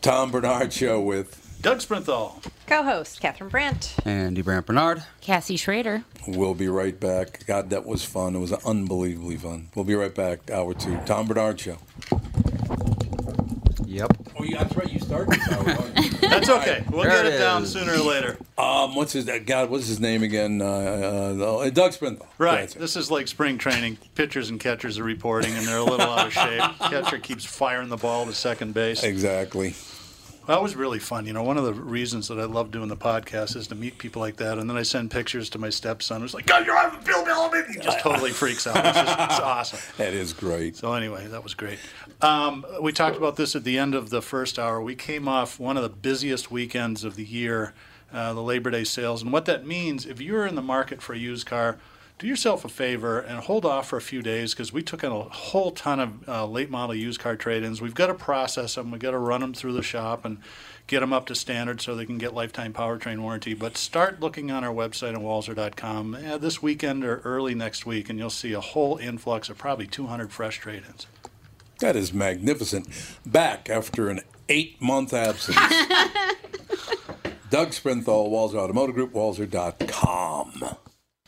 Tom Bernard Show with Doug Sprinthal. Co-host Catherine Brandt. Andy Brandt Bernard. Cassie Schrader. We'll be right back. God, that was fun. It was unbelievably fun. We'll be right back. Hour two. Tom Bernard Show. Yep. Oh, yeah, that's right. You started. That's okay. We'll There get it it down is. sooner or later. um, what's his God? What's his name again? Uh, uh, oh, Doug Sprinthal. Right. That's it. This is like spring training. Pitchers and catchers are reporting, and they're a little out of shape. Catcher keeps firing the ball to second base. Exactly. That was really fun. You know, one of the reasons that I love doing the podcast is to meet people like that. And then I send pictures to my stepson who's like, God, you're uh, on with Bill Bellamy. He just totally freaks out. It's, just, it's awesome. That is great. So, anyway, that was great. Um, we talked about this at the end of the first hour. We came off one of the busiest weekends of the year, uh, the Labor Day sales. And what that means, if you're in the market for a used car, do yourself a favor and hold off for a few days because we took in a whole ton of uh, late model used car trade ins. We've got to process them, we've got to run them through the shop and get them up to standard so they can get lifetime powertrain warranty. But start looking on our website at walzer.com eh, this weekend or early next week, and you'll see a whole influx of probably 200 fresh trade ins. That is magnificent. Back after an eight month absence. Doug Sprinthal, Walzer Automotive Group, Walzer.com.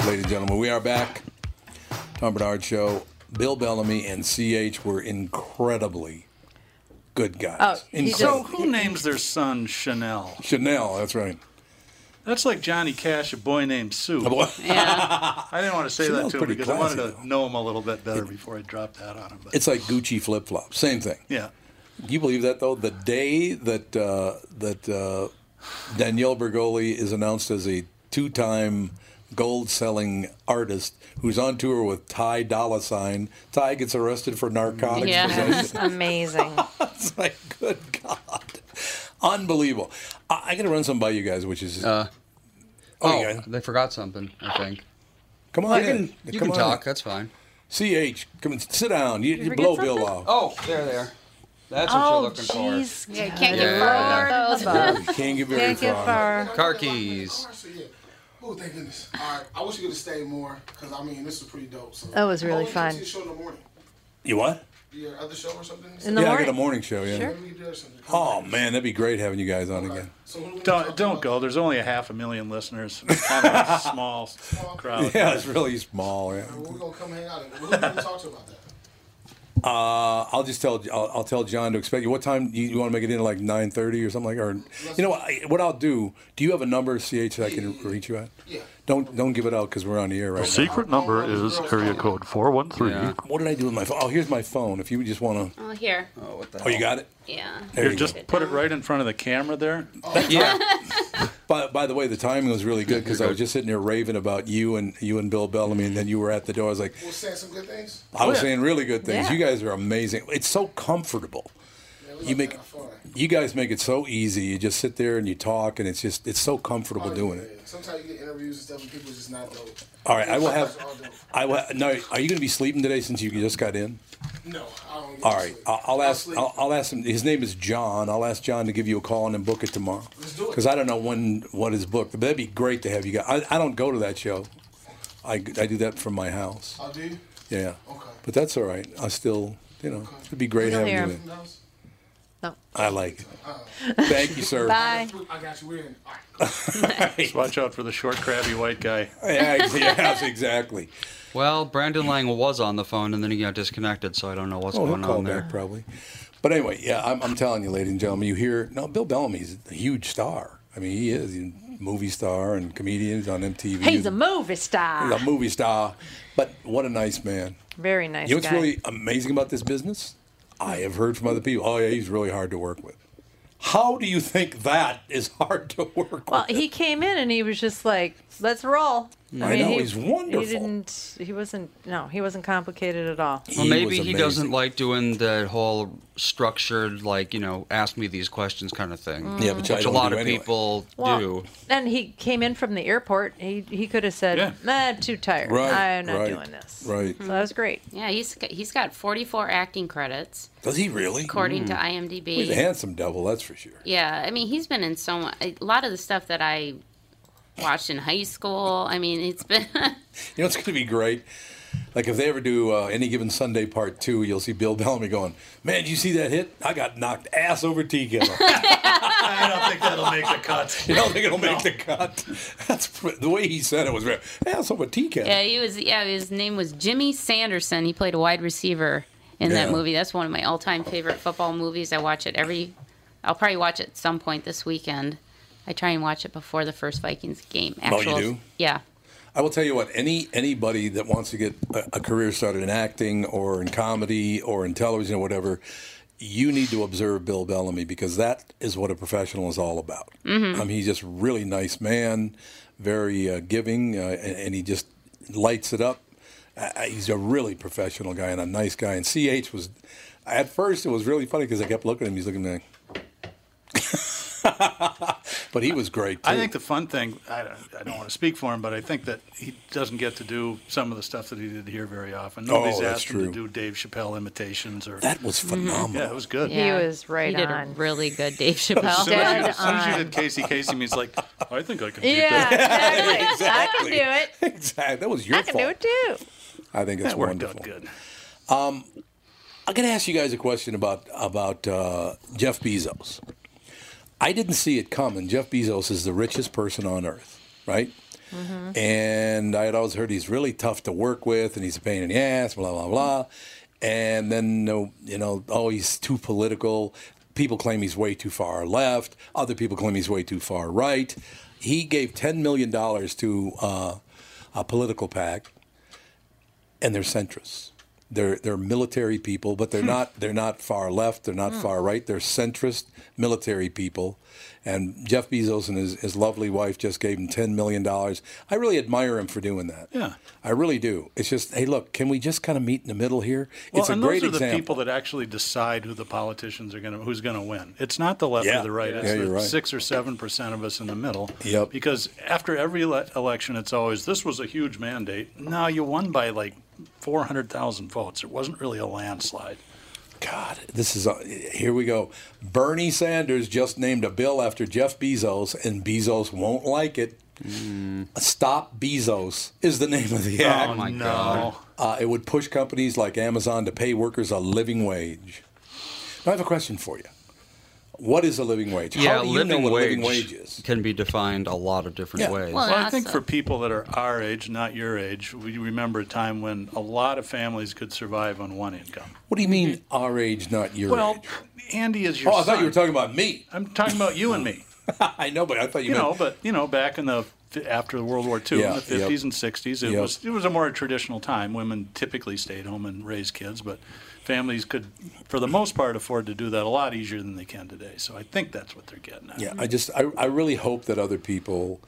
ladies and gentlemen. We are back. Tom Bernard Show. Bill Bellamy and CH were incredibly good guys. Oh, he So, Incredible. who names their son Chanel? Chanel, that's right. That's like Johnny Cash, a boy named Sue. Yeah. I didn't want to say Chanel's that to him pretty because I wanted classy, to know him a little bit better before I dropped that on him. But It's like Gucci flip flops. Same thing. yeah, Do you believe that though? The day that uh, that uh, Danielle Bergoli is announced as a two-time gold-selling artist who's on tour with Ty Dolla Sign, Ty gets arrested for narcotics Yeah. possession. It's amazing. It's like, good God, unbelievable! I, I got to run some by you guys, which is oh, Uh, Oh, you guys- they forgot something. I think. come on you in, can, you come can on talk. in. That's fine. Ch, come and sit down. You, you forget blow Bill something? off. Oh, there they are. That's what you're oh, looking for. jeez. Yeah, you can't get Yeah. far above those. You can't get very Can't get far. Car keys. Oh, thank goodness. All right. I wish you could have stayed more because, I mean, this is pretty dope. So. That was really Oh, we can fun. see the show in the morning. You what? Your other show or something? In the yeah, I morning. got a morning show. Yeah. Sure. We can do something. Oh man, that'd be great having you guys on again. So what do we don't talk don't about? go. There's only a half a million listeners. Kind of a small crowd. Yeah, it's really small. Yeah. We're going to come hang out. and- Who are we going to talk to about that? Uh, I'll just tell I'll, I'll tell John to expect you. What time you, you want to make it in? Like nine thirty or something like. Or you know what? I, what I'll do? Do you have a number, Ch, that I can reach you at? Yeah. Don't don't give it out because we're on the air right now. Secret number is area code 413. Yeah. What did I do with my phone? Oh, here's my phone. If you just want to. Oh, here. Oh, what the Oh, you got it. Yeah. There Here, you just go. put it right in front of the camera there. Oh, Yeah. By, by the way, the timing was really good because I was just sitting there raving about you and you and Bill Bellamy, and then you were at the door. I was like, We'll say some good things. Oh, Oh, I was saying really good things. Yeah. You guys are amazing. It's so comfortable. Yeah, we You left make that far. You guys make it so easy. You just sit there and you talk, and it's just it's so comfortable doing it. Oh, Sometimes you get interviews and stuff, and people just not dope. All right, I will have. All dope. I will. No, are you going to be sleeping today since you just got in? No, I don't. Get All to right, sleep. I'll, I'll ask. sleep. I'll, I'll ask him. His name is John. I'll ask John to give you a call and then book it tomorrow. Let's do it. Because I don't know when what is booked. But that'd be great to have you guys. I, I don't go to that show. I, I do that from my house. I'll do. you? Yeah. Okay. But that's all right. I still, you know, it'd be great You'll having hear you. him. in. Something else? No. I like it. Thank you, sir. Bye. I got you. We're in. All right. Just watch out for the short, crabby white guy. Yeah, ex- yes, exactly. Well, Brandon Lang was on the phone and then he got disconnected, so I don't know what's Oh, he'll going call on there. back probably. But anyway, yeah, I'm, I'm telling you, ladies and gentlemen, you hear no Bill Bellamy's a huge star. I mean, he is a movie star and comedians on MTV. He's a movie star. a movie star, but what a nice man. Very nice You know what's guy. really amazing about this business? I have heard from other people, oh yeah, he's really hard to work with. How do you think that is hard to work well, with? he came in and he was just like, "Let's roll." I know, he's He wonderful. didn't. He wasn't. No, he wasn't complicated at all. Well, He maybe was he amazing. doesn't like doing that whole structured, like, you know, ask me these questions kind of thing. Yeah, but I Which a don't lot do of anyway. people Mm. Well, do. And he came in from the airport. He he could have said, Yeah. "Nah, "I'm too tired. Right, I'm not right, doing this." right. So that was great. Yeah, he's got- he's got 44 acting credits Does he really? according to He's a IMDb. handsome devil, that's for sure. Yeah, I mean he's been in so much, a lot of the stuff that I watched in high school. I mean it's been You know, it's going to be great. Like if they ever do uh, any given Sunday part two, you'll see Bill Bellamy going, "Man, did you see that hit? I got knocked ass over tea kettle." I don't think that'll make the cut. you don't think it'll make the cut? That's pr- the way he said it was real. Ass over tea kettle. yeah he was yeah his name was Jimmy Sanderson. He played a wide receiver in Yeah. that movie. That's one of my all time favorite football movies. I watch it every. I'll probably watch it at some point this weekend. I try and watch it before the first Vikings game. Oh, you Actual, do? Yeah. I will tell you what. Any anybody that wants to get a, a career started in acting or in comedy or in television or whatever, you need to observe Bill Bellamy because that is what a professional is all about. Mm-hmm. I mean, he's just a really nice man, very uh, giving, uh, and, and he just lights it up. Uh, uh, he's a really professional guy and a nice guy. And CH was, at first, it was really funny because I kept looking at him. He's looking at me. but he was great too. I think the fun thing, I don't, I don't want to speak for him, but I think that he doesn't get to do some of the stuff that he did here very often. Nobody's Oh, that's asked true. him to do Dave Chappelle imitations or. that was phenomenal. yeah, it was good. Mm-hmm. He was right He did a on. really good Dave As soon as, Chappelle. you, Dead as soon as you on. did Casey Casey, he's like, I think I can do Yeah, that. exactly. I can do it. Exactly. That was your I can fault. do it too. I think it's That worked wonderful. out good. I'm going to ask you guys a question about about uh, Jeff Bezos. I didn't see it coming. Jeff Bezos is the richest person on earth, right? Mm-hmm. And I had always heard he's really tough to work with, and he's a pain in the ass, blah blah blah. And then uh, you know, oh, he's too political. People claim he's way too far left. Other people claim he's way too far right. He gave ten million dollars to uh, a political pack, and they're centrists. They're they're military people, but Hmm. they're not they're not far left. They're not far right. They're centrist military people. And Jeff Bezos and his, his lovely wife just gave him ten million dollars. I really admire him for doing that. Yeah. I really do. It's just hey, look, can we just kind of meet in the middle here? Well, it's a and great those are example. the people that actually decide who the politicians are going to, who's going to win. It's not the left Yeah. or the right. Yeah, It's the you're right. six or seven percent of us in the middle. Yep. Because after every ele- election, it's always this was a huge mandate. No, you won by like four hundred thousand votes. It wasn't really a landslide. God, this is uh, here we go. Bernie Sanders just named a bill after Jeff Bezos, and Bezos won't like it. Stop Bezos is the name of the act. oh Hmm. my no. God. Uh, it would push companies like Amazon to pay workers a living wage. Now, I have a question for you. What is a living wage? yeah, How do you living, know what wage a living wage is? can be defined a lot of different Yeah. ways. Well, Well, I think Also- for people that are our age, not your age, we remember a time when a lot of families could survive on one income. What do you mean our age, not your Mm-hmm. Well, age? Andy is your Oh, I son. thought you were talking about me. I'm talking about you and me. I know, but I thought you, you meant know, but you know, back in the after World War II, Yeah, in the fifties and sixties, it Yep. was it was a more traditional time. Women typically stayed home and raised kids, but families could, for the most part, afford to do that a lot easier than they can today. So I think that's what they're getting at. Yeah, I just I, I really hope that other people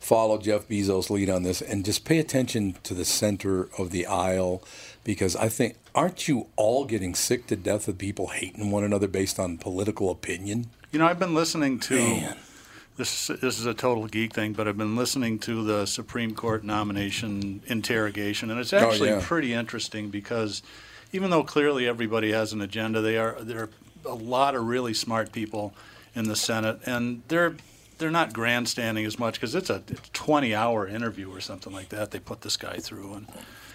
follow Jeff Bezos' lead on this and just pay attention to the center of the aisle because I think, aren't you all getting sick to death of people hating one another based on political opinion? You know, I've been listening to this. This is a total geek thing, but I've been listening to the Supreme Court nomination interrogation, and it's actually yeah. pretty interesting because even though clearly everybody has an agenda, they are there are a lot of really smart people in the Senate, and they're they're not grandstanding as much because it's a 20-hour interview or something like that. They put this guy through and.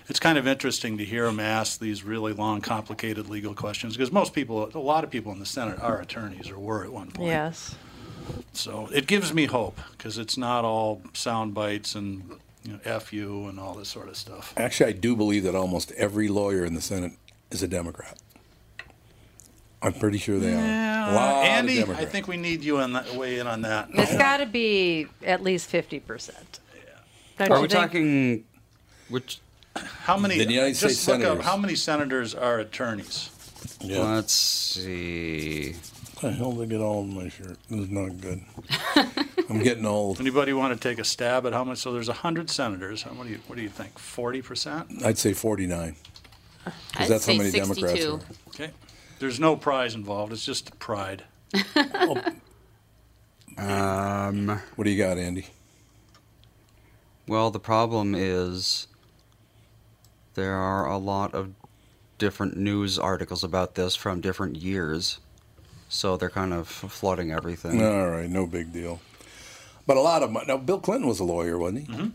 It's kind of interesting to hear him ask these really long, complicated legal questions because most people, a lot of people in the Senate, are attorneys or were at one point. Yes. So it gives me hope because it's not all sound bites and you know, F you and all this sort of stuff. Actually, I do believe that almost every lawyer in the Senate is a Democrat. I'm pretty sure they are. A lot of Andy, I Democrats. think we need you on that, weigh in on that. It's got to be at least 50%. Don't Are you we think? talking? Which How many? The United just States look up senators. how many senators are attorneys. Yeah. let's see. I held it all in my shirt. It was not good. I'm getting old. Anybody want to take a stab at how much? So there's hundred senators. How many? What do you think? Forty percent. I'd say 49. I'd that's how say many 62. Democrats are. Okay. There's no prize involved. It's just pride. Um. What do you got, Andy? Well, the problem is there are a lot of different news articles about this from different years, so they're kind of flooding everything. All right, no big deal. But a lot of my, now Bill Clinton was a lawyer, wasn't he?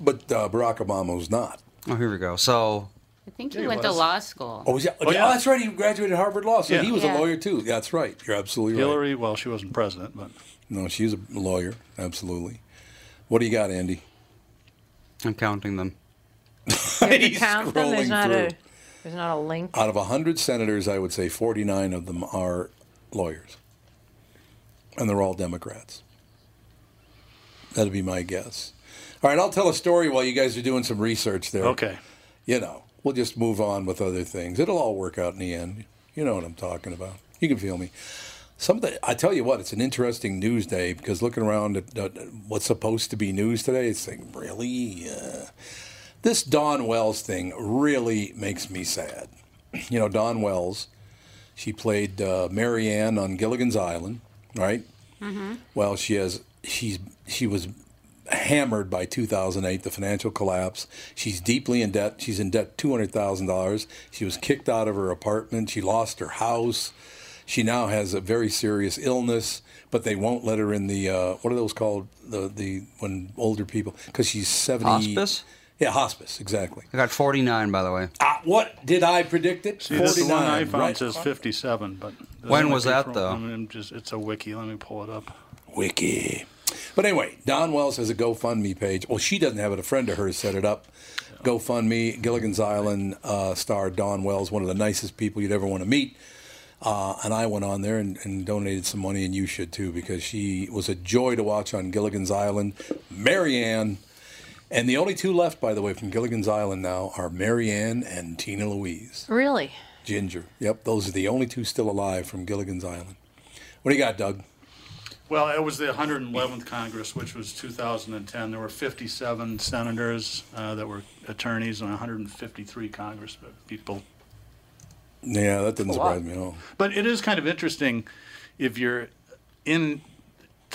But uh, Barack Obama was not. Oh, here we go. So I think Yeah, he he went to was. law school. Oh, was he, oh, yeah. that's right. He graduated Harvard Law, so Yeah. he was Yeah. a lawyer too. That's right. You're absolutely right. Hillary. Well, she wasn't president, but No, she was a lawyer. Absolutely. What do you got, Andy? I'm counting them. You have to He's count them. There's scrolling not a through. there's not a link. Out of 100 senators, I would say 49 of them are lawyers, and they're all Democrats. That'd be my guess. All right, I'll tell a story while you guys are doing some research there. okay. you know, we'll just move on with other things. It'll all work out in the end. You know what I'm talking about. You can feel me. Some of the, I tell you what, it's an interesting news day because looking around at uh, what's supposed to be news today, it's like, really? Uh, this Don Wells thing really makes me sad. You know, Don Wells, she played uh, Mary Ann on Gilligan's Island, right? Mm-hmm. Well, she has she's she was hammered by 2008, the financial collapse. She's deeply in debt. She's in debt two hundred thousand dollars. She was kicked out of her apartment. She lost her house. She now has a very serious illness, but they won't let her in the uh, what are those called the the when older people because she's seventy. Hospice? Yeah, hospice exactly. I got 49, by the way. Ah, what did I predict it? See, this one I 49, found right? says 57, but When was that, though? i just, it's a wiki. Let me pull it up. Wiki. But anyway, Don Wells has a GoFundMe page. Well, she doesn't have it. A friend of hers set it up. GoFundMe, Gilligan's Island uh, star Don Wells, one of the nicest people you'd ever want to meet. Uh, and I went on there and, and donated some money, and you should too, because she was a joy to watch on Gilligan's Island. Marianne. And the only two left, by the way, from Gilligan's Island now are Marianne and Tina Louise. Really? Ginger. Yep, those are the only two still alive from Gilligan's Island. What do you got, Doug? Well, it was the 111th Congress, which was 2010. There were 57 senators uh, that were attorneys and 153 Congress people. Yeah, that doesn't surprise me at all. But it is kind of interesting if you're into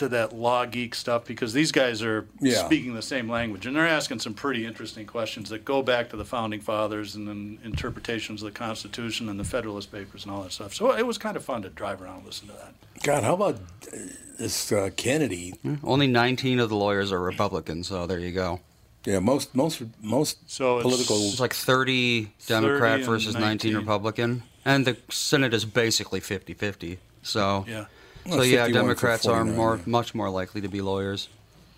that law geek stuff because these guys are Yeah. speaking the same language and they're asking some pretty interesting questions that go back to the founding fathers and then interpretations of the Constitution and the Federalist Papers and all that stuff. So it was kind of fun to drive around and listen to that. God, how about uh, this uh, Kennedy? Only 19 of the lawyers are Republicans, so there you go. Yeah, most most most So it's- political. It's like 30 Democrat 30 and versus 19 19. Republican, and the Senate is basically 50-50. So Yeah. So Well, yeah, 51 for Democrats are 49, more yeah. much more likely to be lawyers.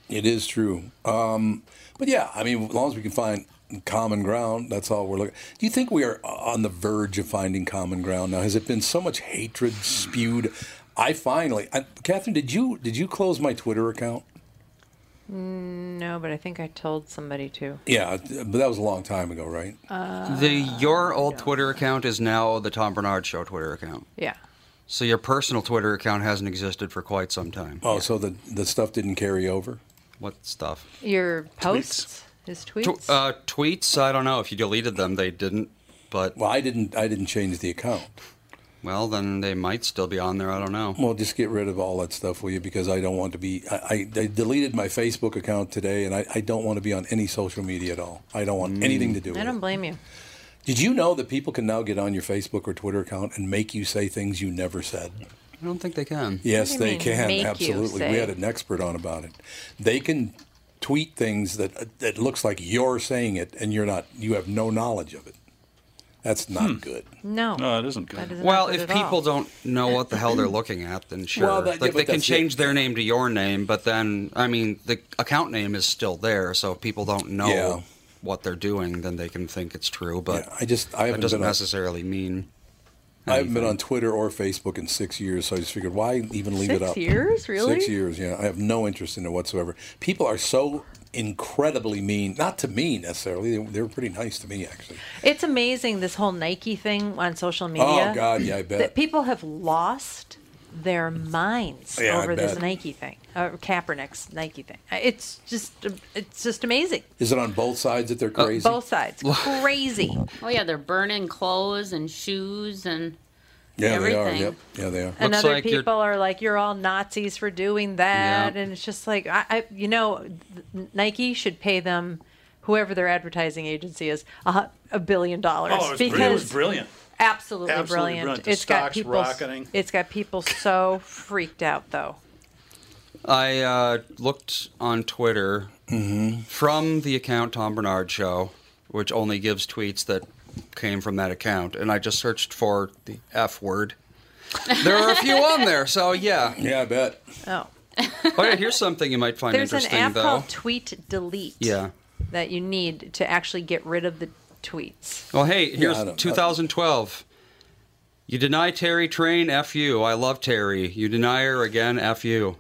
It is true. Um, but yeah, I mean, as long as we can find common ground, that's all we're looking. Do you think we are uh, on the verge of finding common ground now? Has it been so much hatred spewed? I finally, I, Catherine, did you did you close my Twitter account? Mm, No, but I think I told somebody to. Uh, Yeah, but that was a long time ago, right? the your old Twitter account is now the Tom Bernard Show Twitter account. Yeah. So your personal Twitter account hasn't existed for quite some time. oh, so the the stuff didn't carry over. what stuff? Your posts, his tweets. Tw- uh, tweets. I don't know if you deleted them. They didn't, but Well, I didn't. I didn't change the account. well, then they might still be on there. I don't know. Well, just get rid of all that stuff, will you? Because I don't want to be. I, I, I deleted my Facebook account today, and I, I don't want to be on any social media at all. I don't want anything to do with I don't it. blame you. Did you know that people can now get on your Facebook or Twitter account and make you say things you never said? I don't think they can. Yes, you they mean, can. make you Absolutely. say? We had an expert on about it. They can tweet things that that looks like you're saying it, and you're not. You have no knowledge of it. That's not Hmm. good. No. No, it isn't good. that is not Well, good if at all. people don't know what the hell they're looking at, then sure, Well, that- yeah, like but they can that's it. change their name to your name. But then, I mean, the account name is still there, so if people don't know Yeah. what they're doing, then they can think it's true. But I just I that haven't doesn't been on, necessarily mean. I haven't been on Twitter or Facebook in six years, so I just figured why even leave it Six up? years? Really? Six years. Yeah, I have no interest in it whatsoever. People are so incredibly mean. Not to me necessarily. They, they were pretty nice to me actually. It's amazing this whole Nike thing on social media. Oh God, yeah, I bet. That people have lost their minds Yeah, I over this bet. Nike thing, uh, Kaepernick's Nike thing. Uh, It's just, it's just amazing. Is it on both sides that they're crazy? Uh, Both sides, crazy. Oh yeah, they're burning clothes and shoes and yeah, they are. everything. Yep. Yeah, they are. and Looks other like you're- people are like, "You're all Nazis for doing that," Yeah. and it's just like, I, I you know, th- Nike should pay them, whoever their advertising agency is, a, hu- a billion dollars Oh, it was, because brilliant. it was brilliant. absolutely, Absolutely brilliant. brilliant. The It's got stock's people, rocketing. it's got people so freaked out though. I uh, looked on Twitter Mm-hmm. from the account Tom Bernard Show, which only gives tweets that came from that account, and I just searched for the F word. there are a few on there, so yeah. Yeah, I bet. Oh, Oh yeah, here's something you might find there's an interesting app though. called Tweet Delete. Yeah. that you need to actually get rid of the tweets. Well, hey, here's I don't- 2012. You deny Terry Train, F you. I love Terry. You deny her again, F you.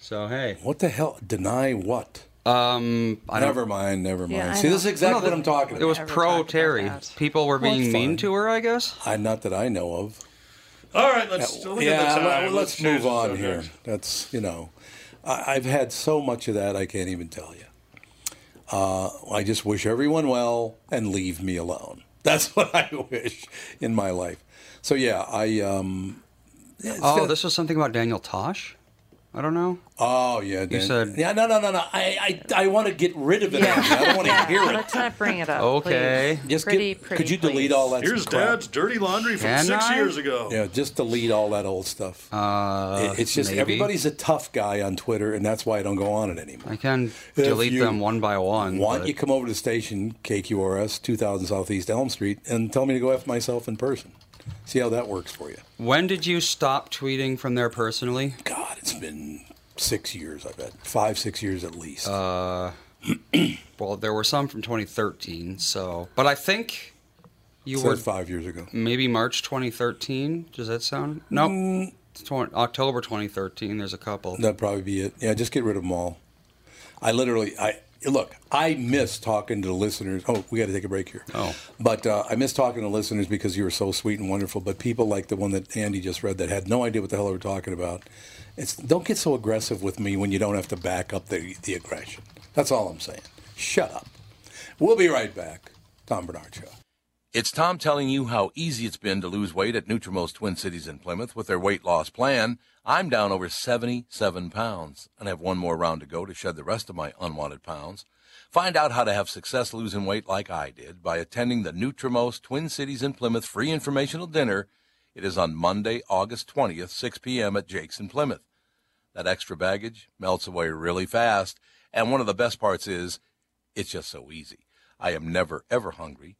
So, hey. What the hell? Deny what? Um, I don't, Never mind. Never mind. Yeah, I See, this is don't- exactly No, what I'm talking It was about. Never pro talked about Terry. that. People were being it's mean fine. to her, I guess. I, not that I know of. All right, let's look yeah, at the let- time. let's change move the on subject. here. That's you know, I, I've had so much of that I can't even tell you. Uh, I just wish everyone well and leave me alone. That's what I wish in my life. So yeah, I um. it's Oh, gonna- this was something about Daniel Tosh? I don't know. Oh yeah, Dan. said- yeah. No, no, no, no. I, I, I want to get rid of it. I don't want to hear it. Let's not bring it up. Okay. please. Just pretty, get, pretty, could you delete please. all that? Here's crap? Dad's dirty laundry from Can six I? years ago. Yeah, just delete all that old stuff. Uh, It- it's just maybe. everybody's a tough guy on Twitter, and that's why I don't go on it anymore. I can delete you them one by one. Why don't but- you come over to the station, KQRS, 2000 Southeast Elm Street, and tell me to go F myself in person? See how that works for you. when did you stop tweeting from there personally? God, it's been six years, I bet. Five, six years at least. Uh, Well, there were some from 2013, so. But I think you so were it's five years ago. Mm. maybe March 2013. Does that sound? No. It's twen- October 2013. There's a couple. That'd probably be it. Yeah, just get rid of them all. I literally, I look, I miss talking to the listeners. Oh, we got to take a break here. Oh. but uh, I miss talking to listeners because you were so sweet and wonderful. But people like the one that Andy just read that had no idea what the hell they were talking about. It's don't get so aggressive with me when you don't have to back up the the aggression. That's all I'm saying. Shut up. We'll be right back. Tom Bernard Show. It's Tom telling you how easy it's been to lose weight at Nutrimost Twin Cities in Plymouth with their weight loss plan. I'm down over 77 pounds and have one more round to go to shed the rest of my unwanted pounds. Find out how to have success losing weight like I did by attending the Nutrimost Twin Cities in Plymouth free informational dinner. It is on Monday, August 20th, 6 p.m. at Jake's in Plymouth. That extra baggage melts away really fast. And one of the best parts is it's just so easy. I am never, ever hungry.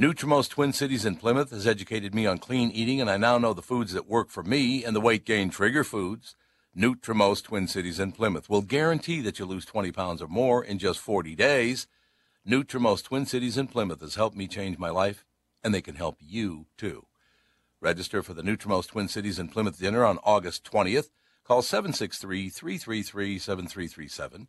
Nutrimost Twin Cities in Plymouth has educated me on clean eating, and I now know the foods that work for me and the weight gain trigger foods. Nutrimost Twin Cities in Plymouth will guarantee that you lose 20 pounds or more in just 40 days. Nutrimost Twin Cities in Plymouth has helped me change my life, and they can help you too. Register for the Nutrimost Twin Cities in Plymouth dinner on August 20th. Call 763 333 7337.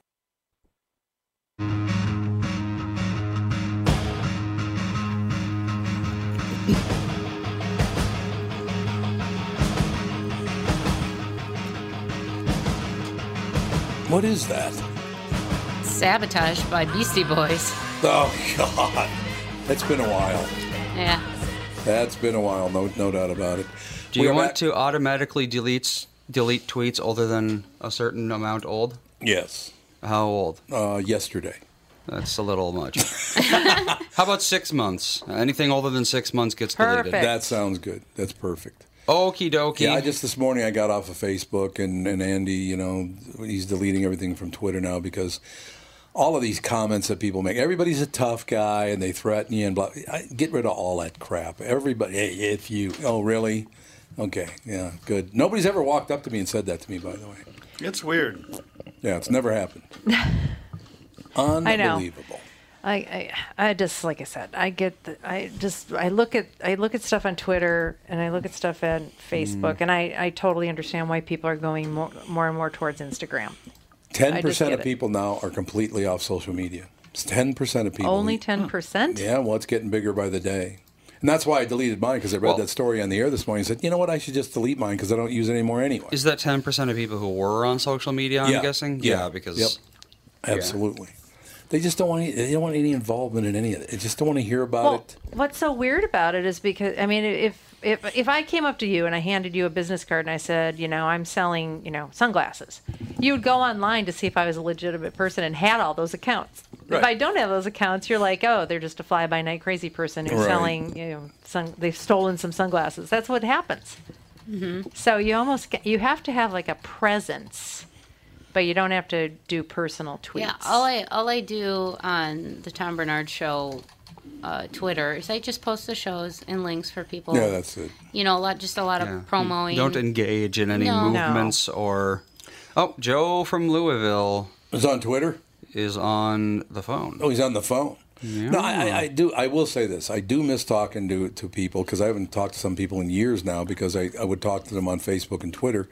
What is that? Sabotage by Beastie Boys. Oh, God. That's been a while. Yeah. That's been a while, no, no doubt about it. Do We you are want back- to automatically delete delete tweets older than a certain amount old? Yes. How old? Uh, yesterday. That's a little much. How about six months? Anything older than six months gets deleted. Perfect. That sounds good. That's perfect. Okie dokie. Yeah, I just this morning I got off of Facebook and, and Andy, you know, he's deleting everything from Twitter now because all of these comments that people make, everybody's a tough guy and they threaten you and blah. I, get rid of all that crap. Everybody, hey, if you, oh, really? Okay, yeah, good. Nobody's ever walked up to me and said that to me, by the way. It's weird. Yeah, it's never happened. know. Unbelievable. I, I I just like I said, I get the, I just I look at I look at stuff on Twitter and I look at stuff on Facebook Mm. and I I totally understand why people are going more, more and more towards Instagram. Ten just percent get of it. people now are completely off social media. It's ten percent of people. Only 10%? Yeah, well, it's getting bigger by the day. And that's why I deleted mine because I read Well- that story on the air this morning and said, you know what, I should just delete mine because I don't use it anymore anyway. Is that ten percent of people who were on social media? I'm Yeah. guessing. Yeah. because Yep. Absolutely. They just don't want any, they don't want any involvement in any of it. They just don't want to hear about Well, it. what's so weird about it is because I mean, if if if I came up to you and I handed you a business card and I said, you know, I'm selling, you know, sunglasses, you would go online to see if I was a legitimate person and had all those accounts. Right. If I don't have those accounts, you're like, oh, they're just a fly by night crazy person who's Right. selling, you know, sun, they've stolen some sunglasses. That's what happens. So you almost get, you have to have like a presence, but you don't have to do personal tweets. Yeah, all I all I do on the Tom Bernard Show uh, Twitter is I just post the shows and links for people. Yeah, that's it. you know a lot, just a lot of promoing. Don't engage in any No. No. movements or. Oh, Joe from Louisville It's on Twitter. is on the phone. Oh, he's on the phone. No, I, I, I do. I will say this: I do miss talking to to people because I haven't talked to some people in years now because I, I would talk to them on Facebook and Twitter,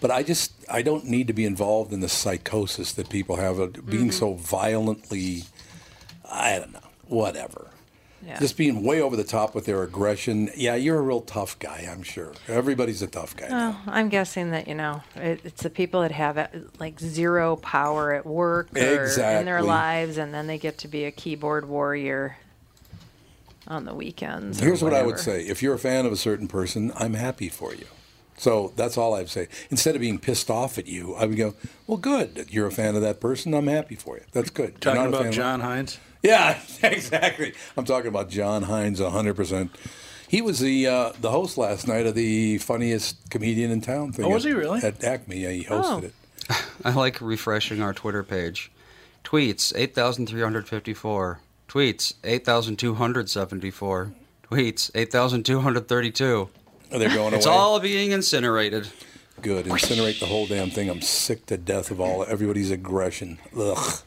but I just I don't need to be involved in the psychosis that people have of being so violently. I don't know. Whatever. Yeah. Just being way over the top with their aggression. Yeah, you're a real tough guy. I'm sure everybody's a tough guy. now. I'm guessing that you know it, it's the people that have uh, like zero power at work or in Exactly. their lives, and then they get to be a keyboard warrior on the weekends. or Here's what I would whatever. say: if you're a fan of a certain person, I'm happy for you. So that's all I'd say. Instead of being pissed off at you, I would go, "Well, good. that You're a fan of that person. I'm happy for you. That's good." You're Talking not a fan about of- John Hines. Yeah, exactly. I'm talking about John Hines, 100. percent He was the uh, the host last night of the funniest comedian in town thing. Oh, was at- he really? At Acme, yeah, he hosted Oh. it. I like refreshing our Twitter page. Tweets 8,354. Tweets 8,274. Tweets 8,232. Oh, They're going It's away. all being incinerated. good. Incinerate the whole damn thing. I'm sick to death of all everybody's aggression. Ugh.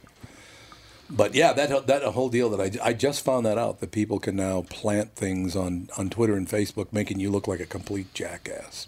But yeah, that that whole deal that I, I just found that out that people can now plant things on on Twitter and Facebook, making you look like a complete jackass.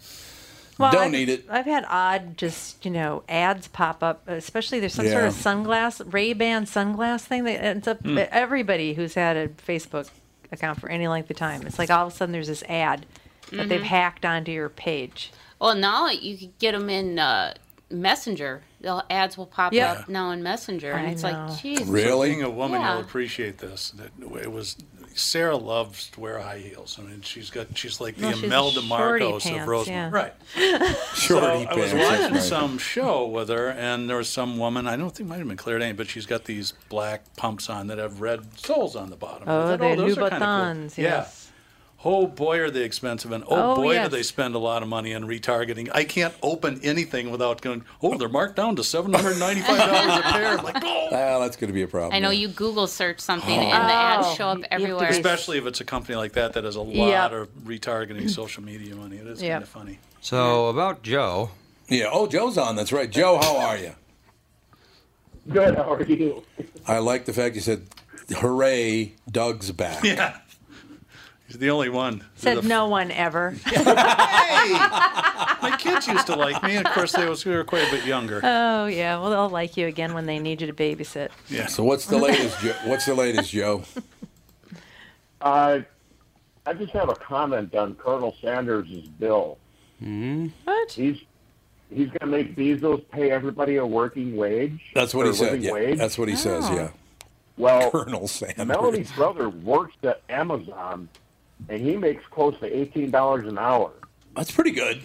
Well, Don't I've- need it. I've had odd, just you know, ads pop up. Especially there's some sort of Yeah. Hmm. sunglass Ray Ban sunglass thing that ends up everybody who's had a Facebook account for any length of time. It's like all of a sudden there's this ad that they've Mhm. hacked onto your page. Well, now you could get them in uh, Messenger. The ads will pop Yeah. up now in Messenger, and I it's know. like, geez. So being a woman, Yeah. you'll appreciate this. That it was Sarah loves to wear high heels. I mean, she's got she's like the Well, she's Imelda shorty Marcos of pants, Rosemont, yeah. right? Shorty so uh, I was pants, that's watching right. some show with her, and there was some woman. I don't think it might have been Claire Dane, but she's got these black pumps on that have red soles on the bottom. I Oh, thought, they're those are kinda Louboutins, Cool. Yeah. yes. Oh boy, are they expensive, and oh, Oh, boy, yes. do they spend a lot of money on retargeting. I can't open anything without going. Oh, they're marked down to seven hundred ninety-five dollars a pair. I'm like, oh, Ah, that's going to be a problem. I know you Google search something, Oh. and the ads Oh. show up You have to everywhere. Especially if it's a company like that that has a lot Yep. of retargeting social media money. It is Yep. kind of funny. So about Joe. Yeah. Oh, Joe's on. That's right. Joe, how are you? Good. How are you? I like the fact you said, "Hooray, Doug's back." Yeah. He's the only one. Said no one ever. My kids used to like me. Of course, they was, we were quite a bit younger. Oh yeah, well they'll like you again when they need you to babysit. Yeah. So what's the latest? Joe? What's the latest, Joe? I Uh, I just have a comment on Colonel Sanders' bill. Hmm? What? He's he's going to make Bezos pay everybody a working wage. That's what or he said. living Yeah. wage. That's what he says. Yeah. Well, Colonel Sanders. Melanie's brother works at Amazon, and he makes close to eighteen dollars an hour. That's pretty good.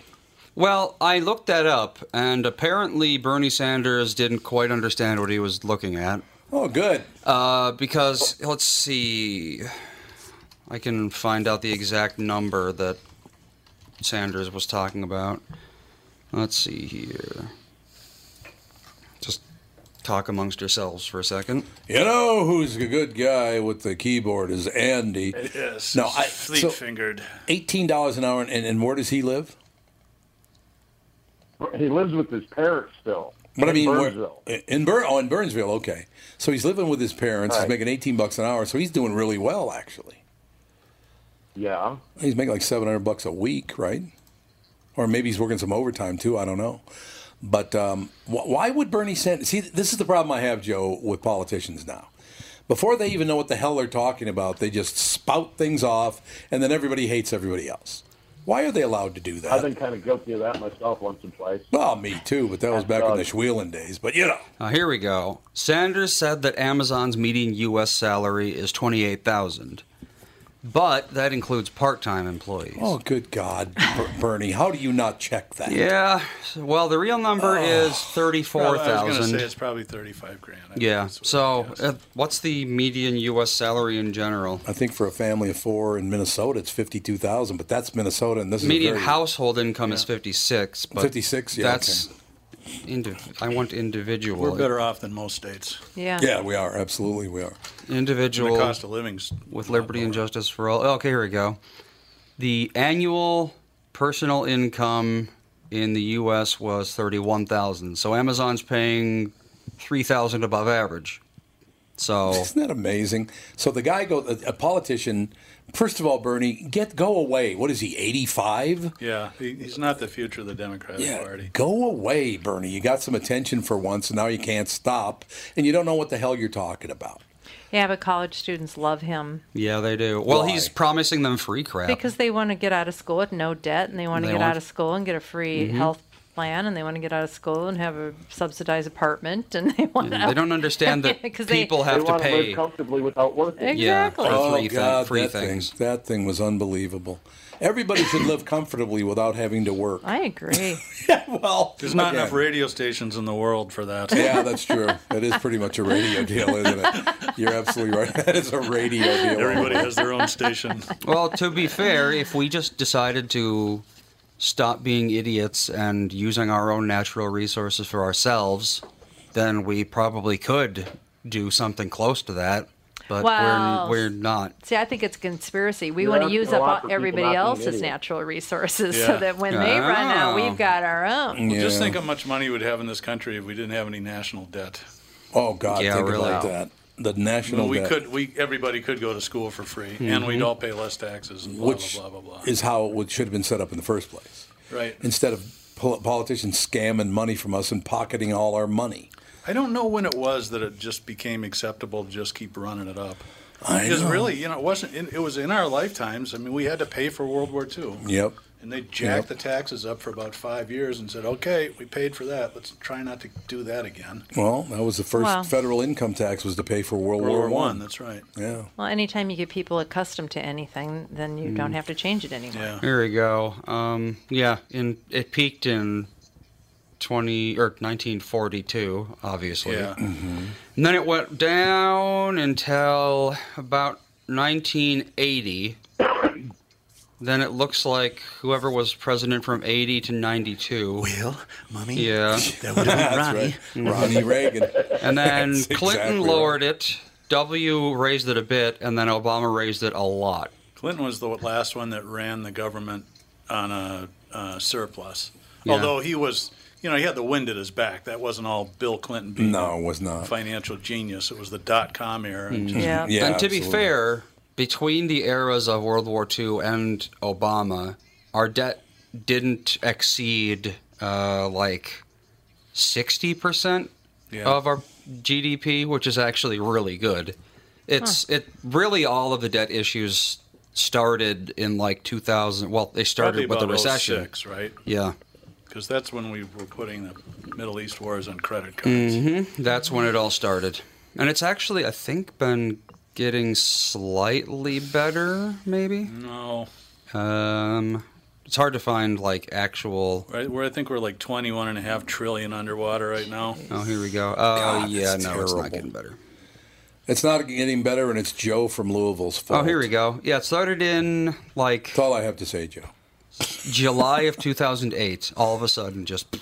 Well, I looked that up, and apparently Bernie Sanders didn't quite understand what he was looking at. Oh, good. Uh, because let's see, I can find out the exact number that Sanders was talking about. Let's see here. Just talk amongst yourselves for a second. You know who's a good guy with the keyboard is Andy. Yes. No, I fleet so fingered. eighteen dollars an hour, and, and where does he live? He lives with his parents still. But I in mean, where- Burnsville. in Bur- oh, in Burnsville, okay. So he's living with his parents. He's Right. making eighteen bucks an hour, so he's doing really well actually. Yeah. He's making like seven hundred bucks a week, right? Or maybe he's working some overtime too. I don't know. But um, wh- why would Bernie Sanders? See, this is the problem I have, Joe, with politicians now. Before they even know what the hell they're talking about, they just spout things off, and then everybody hates everybody else. Why are they allowed to do that? I've been kind of guilty of that myself once or twice. Well, me too, but that was back in the Schwelen days. But you know, Uh, here we go. Sanders said that Amazon's median U.S. salary is twenty-eight thousand, but that includes part-time employees. oh good God, Ber- Bernie, how do you not check that? Yeah. Well, the real number is thirty-four Well, I was going to say thousand. it's probably 35 grand. I Yeah. guess. So, uh, what's the median U.S. salary in general? I think for a family of four in Minnesota, it's fifty-two thousand, but that's Minnesota, and this is a Median very- household income is fifty-six. But 56, yeah, That's. Indiv- I want individual. We're better off than most states. Yeah. Yeah, we are absolutely we are. And Individual the cost of living's with liberty and justice for all. Okay, here we go. The annual personal income in the U.S. was thirty-one thousand. So Amazon's paying three thousand above average. So Isn't that amazing? So the guy goes, a, a politician. First of all, Bernie, get go away. What is he, eighty-five? Yeah, he, he's not the future of the Democratic Party. Go away, Bernie. You got some attention for once, and now you can't stop, and you don't know what the hell you're talking about. Yeah, but college students love him yeah, they do. Well, Why? he's promising them free crap. because they want to get out of school with no debt and they want to They get want- out of school and get a free Mm-hmm. health plan and they want to get out of school and have a subsidized apartment and they want they don't understand that 'Cause they- people They have to want to pay. live comfortably without working. Exactly. Yeah, for Oh three, thi- God, free that things. thing that thing was unbelievable. Everybody should live comfortably without having to work. I agree. Well, There's not again. enough radio stations in the world for that. Oh, Yeah, that's true. That is pretty much a radio deal, isn't it? You're absolutely right. That is a radio deal. Everybody has their own station. Well, to be fair, if we just decided to stop being idiots and using our own natural resources for ourselves, then we probably could do something close to that. But Well, we're, we're not. See, I think it's a conspiracy. We You're want to asking use a up lot all- for people not everybody being else's idiots. natural resources Yeah. so that when they run out, Oh. we've got our own. Yeah. Just think how much money we'd have in this country if we didn't have any national debt. Oh God, Yeah, think really. about that. The national Well, we debt, Mm-hmm. could, we everybody could go to school for free, and we'd all pay less taxes and blah which blah blah blah blah. is how it would- should have been set up in the first place, right. instead of pol- politicians scamming money from us and pocketing all our money. I don't know when it was that it just became acceptable to just keep running it up. I because know. really, you know, it wasn't. In, it was in our lifetimes. I mean, we had to pay for World War II. Yep. And they jacked Yep. the taxes up for about five years and said, "Okay, we paid for that. Let's try not to do that again." Well, that was the first Wow. federal income tax was to pay for World, World War War One. One. That's right. Yeah. Well, anytime you get people accustomed to anything, then you don't have to change it anymore. Mm. Yeah. Here we go. Um, yeah, in it peaked in twenty or nineteen forty two, obviously. Yeah. And then it went down until about nineteen eighty. then it looks like whoever was president from eighty to ninety two. Well, mommy. Yeah. That would have been That's Ronnie. right. Ronnie Reagan. And then That's Clinton exactly right. lowered it. W raised it a bit, and then Obama raised it a lot. Clinton was the last one that ran the government on a uh, surplus. Yeah. Although he was, you know, he had the wind at his back. That wasn't all Bill Clinton being No, it was not. a financial genius. It was the dot com era. And just, Yeah. Yeah, Mm-hmm. and to be absolutely. fair, between the eras of World War II and Obama, our debt didn't exceed uh, like 60% Yeah. of our GDP, which is actually really good. It's it really all of the debt issues started in like 2000. Well, they Probably started with the about recession. 06, right? Yeah. Because that's when we were putting the Middle East wars on credit cards. Mm-hmm. That's when it all started. And it's actually I think been getting slightly better maybe. No, Um, it's hard to find like actual. right? Where I think we're like 21 and a half trillion underwater right now. Oh, here we go. Oh, God, yeah, no, that's it's terrible. not getting better. It's not getting better, and it's Joe from Louisville's fault. Oh, here we go. Yeah, it started in like That's all I have to say, Joe. July of 2008. All of a sudden, just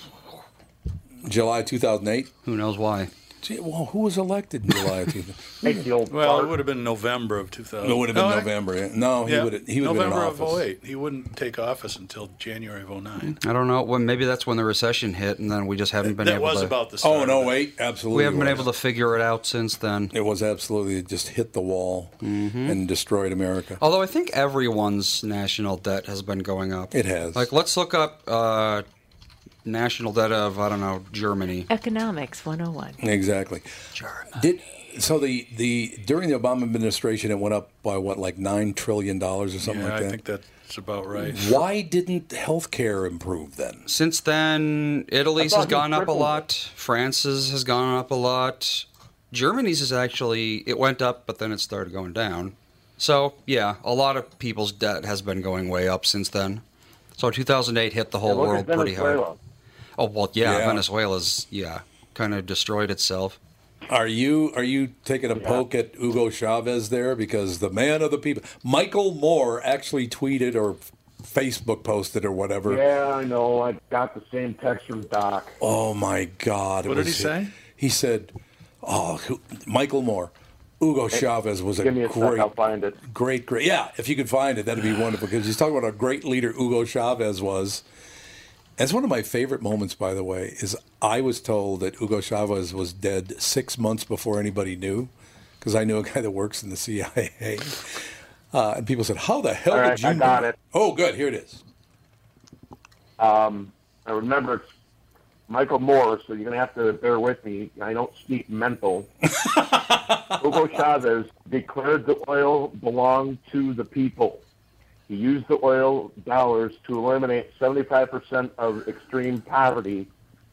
July 2008. who knows why. Gee, well, who was elected in July of 2008? Make the old Well, it fart. would have been November of 2000. it would have been No, I- November. yeah. No, Oh, he Yeah, would have he would have been in November office. of 08. He wouldn't take office until January of 09. I don't know. Well, maybe that's when the recession hit, and then we just haven't been that able was to. about the start. Oh, of in it. 08, absolutely. we haven't been was. able to figure it out since then. Mm-hmm. It was absolutely it just hit the wall and destroyed America. Although I think everyone's national debt has been going up. It has. Like, let's look up uh, national debt of I don't know Germany. Economics 101. Exactly. Did so the the during the Obama administration it went up by what like nine trillion dollars or something Yeah, like I that. think that's about right. Why didn't healthcare improve then? Since then, Italy's I has thought he gone up a tripled it. lot. France's has gone up a lot. Germany's is actually it went up, but then it started going down. So yeah, a lot of people's debt has been going way up since then. So 2008 hit the whole Look world at pretty hard. Venezuela. Oh well, yeah, Yeah. Venezuela's yeah kind of destroyed itself. Are you are you taking a poke at Hugo Chavez there because the man of the people Michael Moore actually tweeted or Facebook posted or whatever. Yeah, I know. I got the same text from Doc. Oh my God! it What did he was- say? He said, "Oh, who- Michael Moore, Hugo Chavez was a Give me a great, sec. I'll find it. great, great. Yeah, if you could find it, that'd be wonderful because he's talking about a great leader Hugo Chavez was." That's one of my favorite moments, by the way, is I was told that Hugo Chavez was dead six months before anybody knew, because I knew a guy that works in the CIA, uh, and people said, "How the hell All did right, you?" I know got that?" it. Oh, good. Here it is. Um, I remember it's Michael Moore, so you're going to have to bear with me. I don't speak mental. Hugo Chavez declared the oil belonged to the people. He used the oil dollars to eliminate 75% of extreme poverty,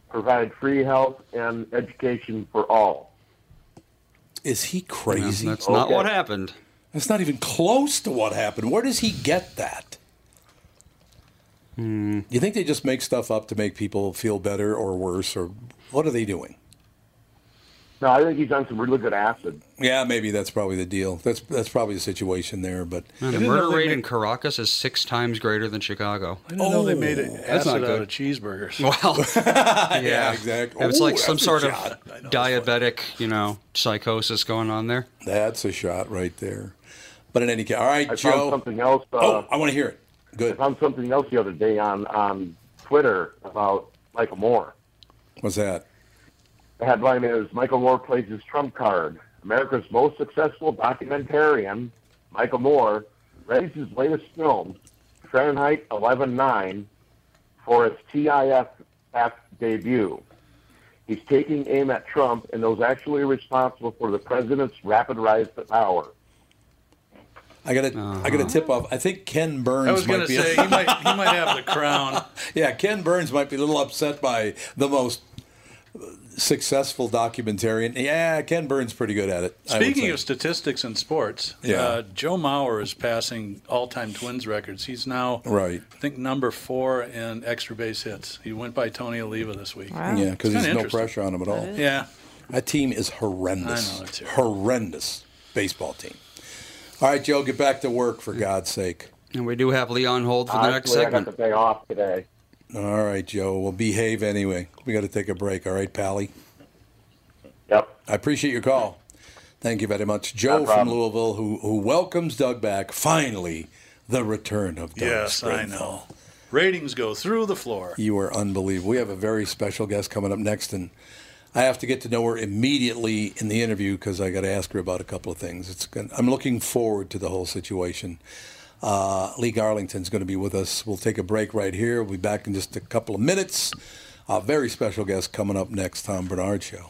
provide free health and education for all. Is he Yeah, crazy? that's not Okay. what happened. That's not even close to what happened. Where does he get that? You think they just make stuff up to make people feel better or worse, or what are they doing? No, I think he's on some really good acid. Yeah, maybe that's probably the deal. That's that's probably the situation there. But Man, the didn't know murder they rate made- in Caracas is six times greater than Chicago. I didn't know they made Oh, it that's not acid out good. of cheeseburgers. Well, yeah, exactly. It's Ooh, like some that's a sort of shot. diabetic, you know, psychosis going on there. that's a shot right there. But in any case, all right, I found Joe. something else. Uh, oh, I want to hear it. I Good. found something else the other day on, on Twitter about Michael Moore. What's that? The headline is Michael Moore plays his trump card. America's most successful documentarian, Michael Moore, raised his latest film, Fahrenheit 11.9, for its TIFF debut. He's taking aim at Trump and those actually responsible for the president's rapid rise to power. I got a I got a tip off. I think Ken Burns. I was might going to be say he might he might have the crown. yeah, Ken Burns might be a little upset by the most successful documentarian. Yeah, Ken Burns pretty good at it. I would Speaking say. of statistics in sports, Yeah. uh, Joe Mauer is passing all-time Twins records. He's now, Right. I think, number four in extra base hits. He went by Tony Oliva this week. Yeah, because there's It's kinda no interesting. pressure on him at all. That is- Yeah. That team is horrendous. I know, it's horrendous baseball team. All right, Joe, get back to work for God's sake. And we do have Lee on hold for the next Honestly, I got segment. the day off today. All right, Joe. We'll behave anyway. We got to take a break. All right, Pally? Yep. I appreciate your call. Thank you very much. Joe from problem. Louisville, who, who welcomes Doug back. Finally, the return of Doug. Yes, I Springfield. know. Ratings go through the floor. You are unbelievable. We have a very special guest coming up next, and I have to get to know her immediately in the interview because I got to ask her about a couple of things. It's going I'm looking forward to the whole situation. Uh, Lee Garlington's going to be with us. We'll take a break right here. We'll be back in just a couple of minutes. A very special guest coming up next, Tom Bernard Show.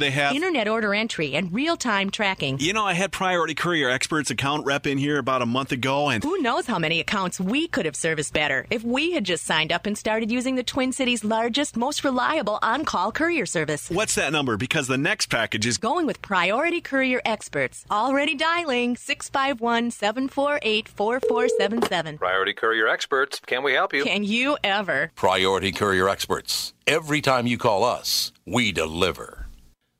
they have. Internet order entry and real time tracking. You know, I had Priority Courier Experts account rep in here about a month ago, and Who knows how many accounts we could have serviced better if we had just signed up and started using the Twin Cities' largest, most reliable on call courier service. what's that number? Because the next package is Going with Priority Courier Experts. Already dialing 651 748 4477. Priority Courier Experts. Can we help Can you ever? Priority Courier Experts. Every time you call us, we deliver.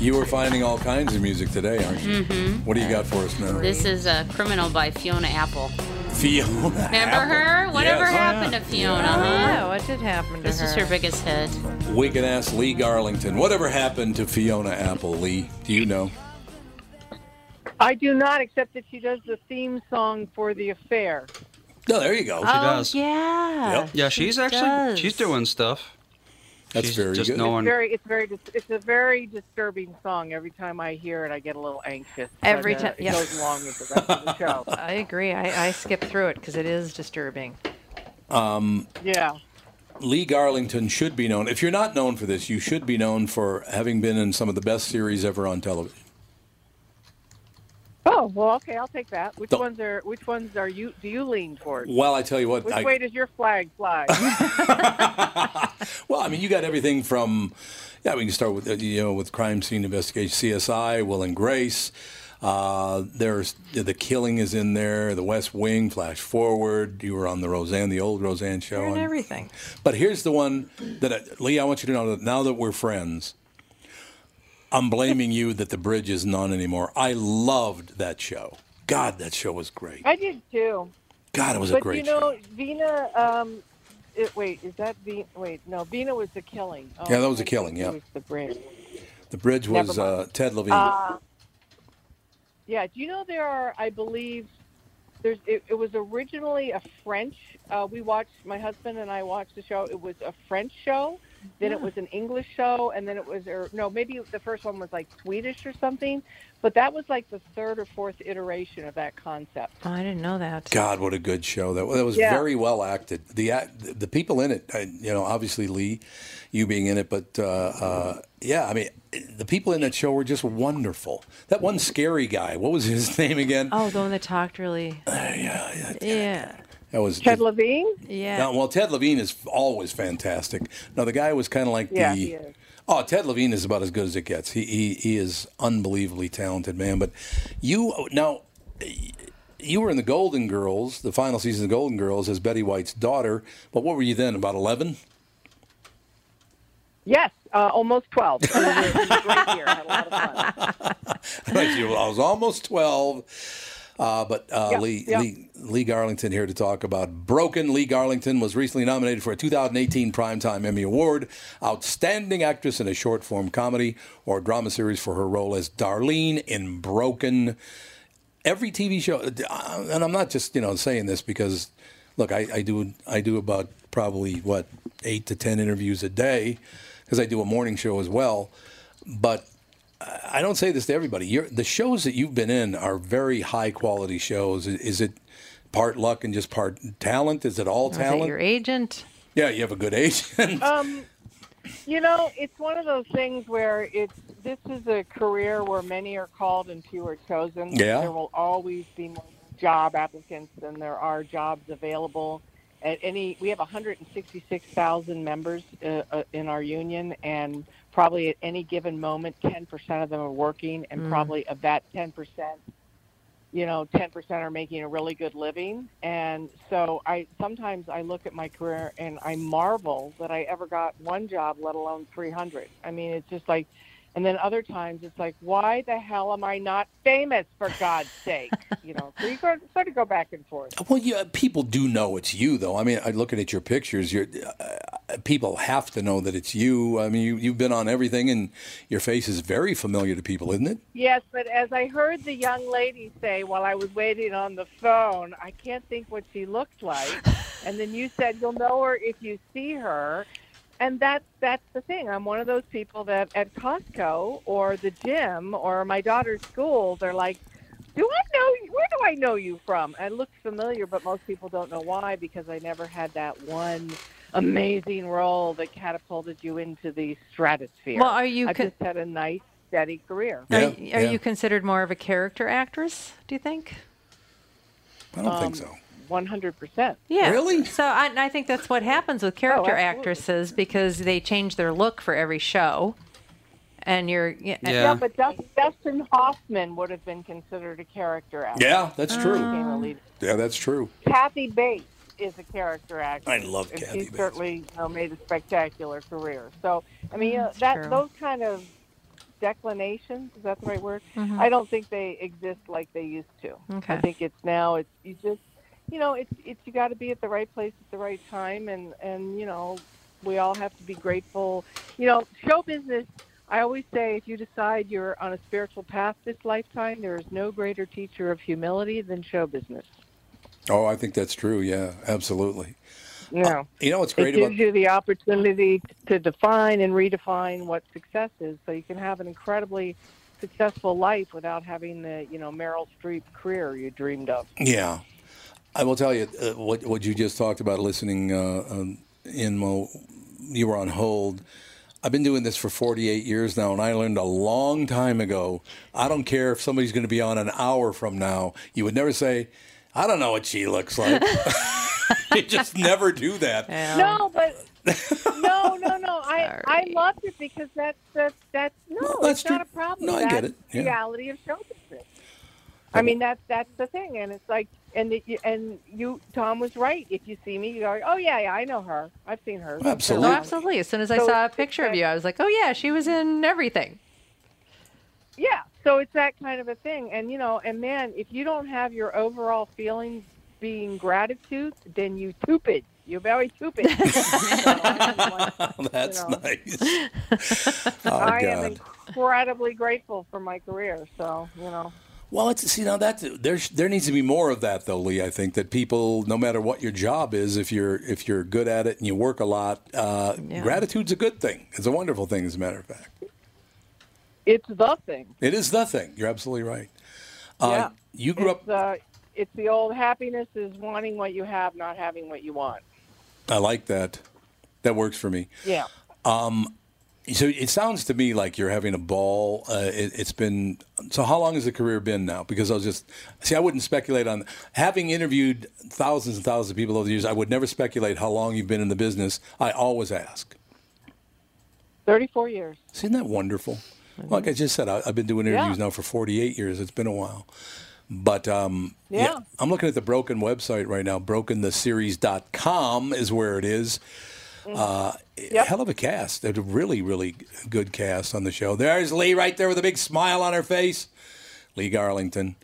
You were finding all kinds of music today, aren't you? Mhm. What do you got for us now? This is a criminal by Fiona Apple. Fiona. Remember her? Whatever happened to Fiona? Yeah, Huh? Oh, what did happen to This her? is her biggest hit. We can ask Lee Garlington. Whatever happened to Fiona Apple, Lee? Do you know? I do not, except that she does the theme song for The Affair. No, there you go. She does. Oh, yeah. Oh, Yeah, she's actually does. she's doing stuff. That's she's very just good. No It's one, very, it's very, dis- it's a very disturbing song. Every time I hear it, I get a little anxious. but, Every uh, time- it yeah. goes along with the rest of the show. I agree. I, I skipped through it because it is disturbing. Um, Yeah. Lee Garlington should be known. If you're not known for this, you should be known for having been in some of the best series ever on television. Oh well, okay, I'll take that. Which Don't- ones are? Which ones are you? Do you lean toward? Well, I tell you what, Which I, way does your flag fly? well, I mean, you got everything from, yeah, we can start with uh, you know with crime scene investigation, CSI, Will and Grace. Uh, there's the killing is in there. The West Wing, Flash Forward. You were on the Roseanne, the old Roseanne show. You're in and- everything. But here's the one that I, Lee, I want you to know that now that we're friends, I'm blaming you that the bridge isn't on anymore. I loved that show. God, that show was great. I did too. God, it was but a great you know, show. Vina. Um, it, wait, is that Vina? Wait, no, Vina was the killing. Oh, Yeah, that was a killing. Yeah, the bridge. The bridge Never was mind. uh, Ted Levine. Uh, yeah, do you know there are? I believe there's. It, it was originally a French. Uh, we watched. My husband and I watched the show. It was a French show. Then it was an English show, and then it was, or no, maybe the first one was like Swedish or something, but that was like the third or fourth iteration of that concept. Oh, I didn't know that. God, what a good show that was! That was Yeah. very well acted. The act, the people in it, I, you know, obviously Lee, you being in it, but uh, uh, yeah, I mean, the people in that show were just wonderful. That one scary guy, what was his name again? Oh, the one that talked really. yeah, yeah. Yeah. That was Ted Levine. Yeah. No, well, Ted Levine is always fantastic. Now the guy was kind of like Yeah, he the is. Oh, Ted Levine is about as good as it gets. He he, he is unbelievably talented, man. But you now you were in the Golden Girls, the final season of the Golden Girls as Betty White's daughter. But what were you then? About eleven? Yes, uh, almost 12. It was a- it was a great year. Right, you- I was almost 12. Uh, but uh, Yeah, Lee, yeah. Lee, Lee Garlington here to talk about Broken. Lee Garlington was recently nominated for a 2018 Primetime Emmy Award, Outstanding Actress in a Short Form Comedy or Drama Series for her role as Darlene in Broken. Every TV show, uh, and I'm not just you know saying this because, look, I, I do I do about probably what eight to ten interviews a day, because I do a morning show as well, but I don't say this to everybody. You're, the shows that you've been in are very high quality shows. Is, is it part luck and just part talent? Is it all Was it talent? your agent? yeah, you have a good agent. um, you know, it's one of those things where it's this is a career where many are called and few are chosen. Yeah. There will always be more job applicants than there are jobs available. At any, we have 166,000 members uh, uh, in our union, and probably at any given moment, 10% of them are working, and Mm. probably of that 10%, you know, 10% are making a really good living. And so I sometimes I look at my career and I marvel that I ever got one job, let alone 300. I mean, it's just like, and then other times it's like, why the hell am I not famous for God's sake? You know, so you go, sort of go back and forth. well, yeah, people do know it's you, though. I mean, I looking at your pictures, you're, uh, people have to know that it's you. I mean, you, you've been on everything, and your face is very familiar to people, isn't it? Yes, but as I heard the young lady say while I was waiting on the phone, I can't think what she looked like. And then you said you'll know her if you see her. And that that's the thing. I'm one of those people that at Costco or the gym or my daughter's school, they're like, "Do I know you? Where do I know you from?" I look familiar, but most people don't know why because I never had that one amazing role that catapulted you into the stratosphere. Well, are you I con- just had a nice steady career. Are, are you considered more of a character actress? Do you think? I don't think so. Um, One hundred percent. Yeah. Really? So I, and I think that's what happens with character Oh, absolutely. actresses because they change their look for every show, and you're yeah. Yeah. but Dust, Dustin Hoffman would have been considered a character actor. Yeah, that's true. Oh. Became a leader. Yeah, that's true. Kathy Bates is a character actor. I love and Kathy She Bates. certainly you know, made a spectacular career. So I mean, you know, That's that true. those kind of declinations is that the right word? Mhm. I don't think they exist like they used to. Okay. I think it's now it's you just you know it's it's you got to be at the right place at the right time and and you know we all have to be grateful. You know, show business. I always say if you decide you're on a spiritual path this lifetime, there is no greater teacher of humility than show business. Oh, I think that's true. Yeah, absolutely. You know. You know what's It great gives about you the opportunity to define and redefine what success is, so you can have an incredibly successful life without having the you know Meryl Streep career you dreamed of. Yeah, I will tell you uh, what what you just talked about. Listening uh, um, in, Mo, you were on hold. I've been doing this for 48 years now, and I learned a long time ago. I don't care if somebody's going to be on an hour from now. You would never say, "I don't know what she looks like." you just never do that. No, but no, no, no. I I loved it because that's that's that's no, that's it's not a true. problem. No, I that's get it. the Yeah. Reality of show business. I mean that's that's the thing, and it's like and the, and you Tom was right. If you see me, you go, oh yeah, yeah, I know her. I've seen her. Oh, absolutely. As soon as I So saw a picture of you, I was like, oh yeah, she was in everything. Yeah, so it's that kind of a thing, and you know, and man, if you don't have your overall feelings being gratitude, then you stupid. You're very stupid. That's You know. nice. Oh, I am God. incredibly grateful for my career. So you know, Well, it's see now that there there needs to be more of that though, Lee. I think that people, no matter what your job is, if you're if you're good at it and you work a lot, uh, Yeah. gratitude's a good thing. It's a wonderful thing, as a matter of fact. it's the thing. It is the thing. You're absolutely right. Yeah. Uh, you grew up. It's, uh, it's the old happiness is wanting what you have, not having what you want. I like that. That works for me. Yeah. Um, so it sounds to me like you're having a ball. Uh, it, it's been so. How long has the career been now? Because I was just see, I wouldn't speculate on having interviewed thousands and thousands of people over the years. I would never speculate how long you've been in the business. I always ask. 34 years. Isn't that wonderful? Like I just said, I, I've been doing Yeah. interviews now for 48 years. It's been a while. But um, yeah. Yeah. I'm looking at the Broken website right now. BrokenTheSeries.com is where it is. Mm. Uh, Hell of a cast. A really, really good cast on the show. There's Lee right there with a big smile on her face. Lee Garlington,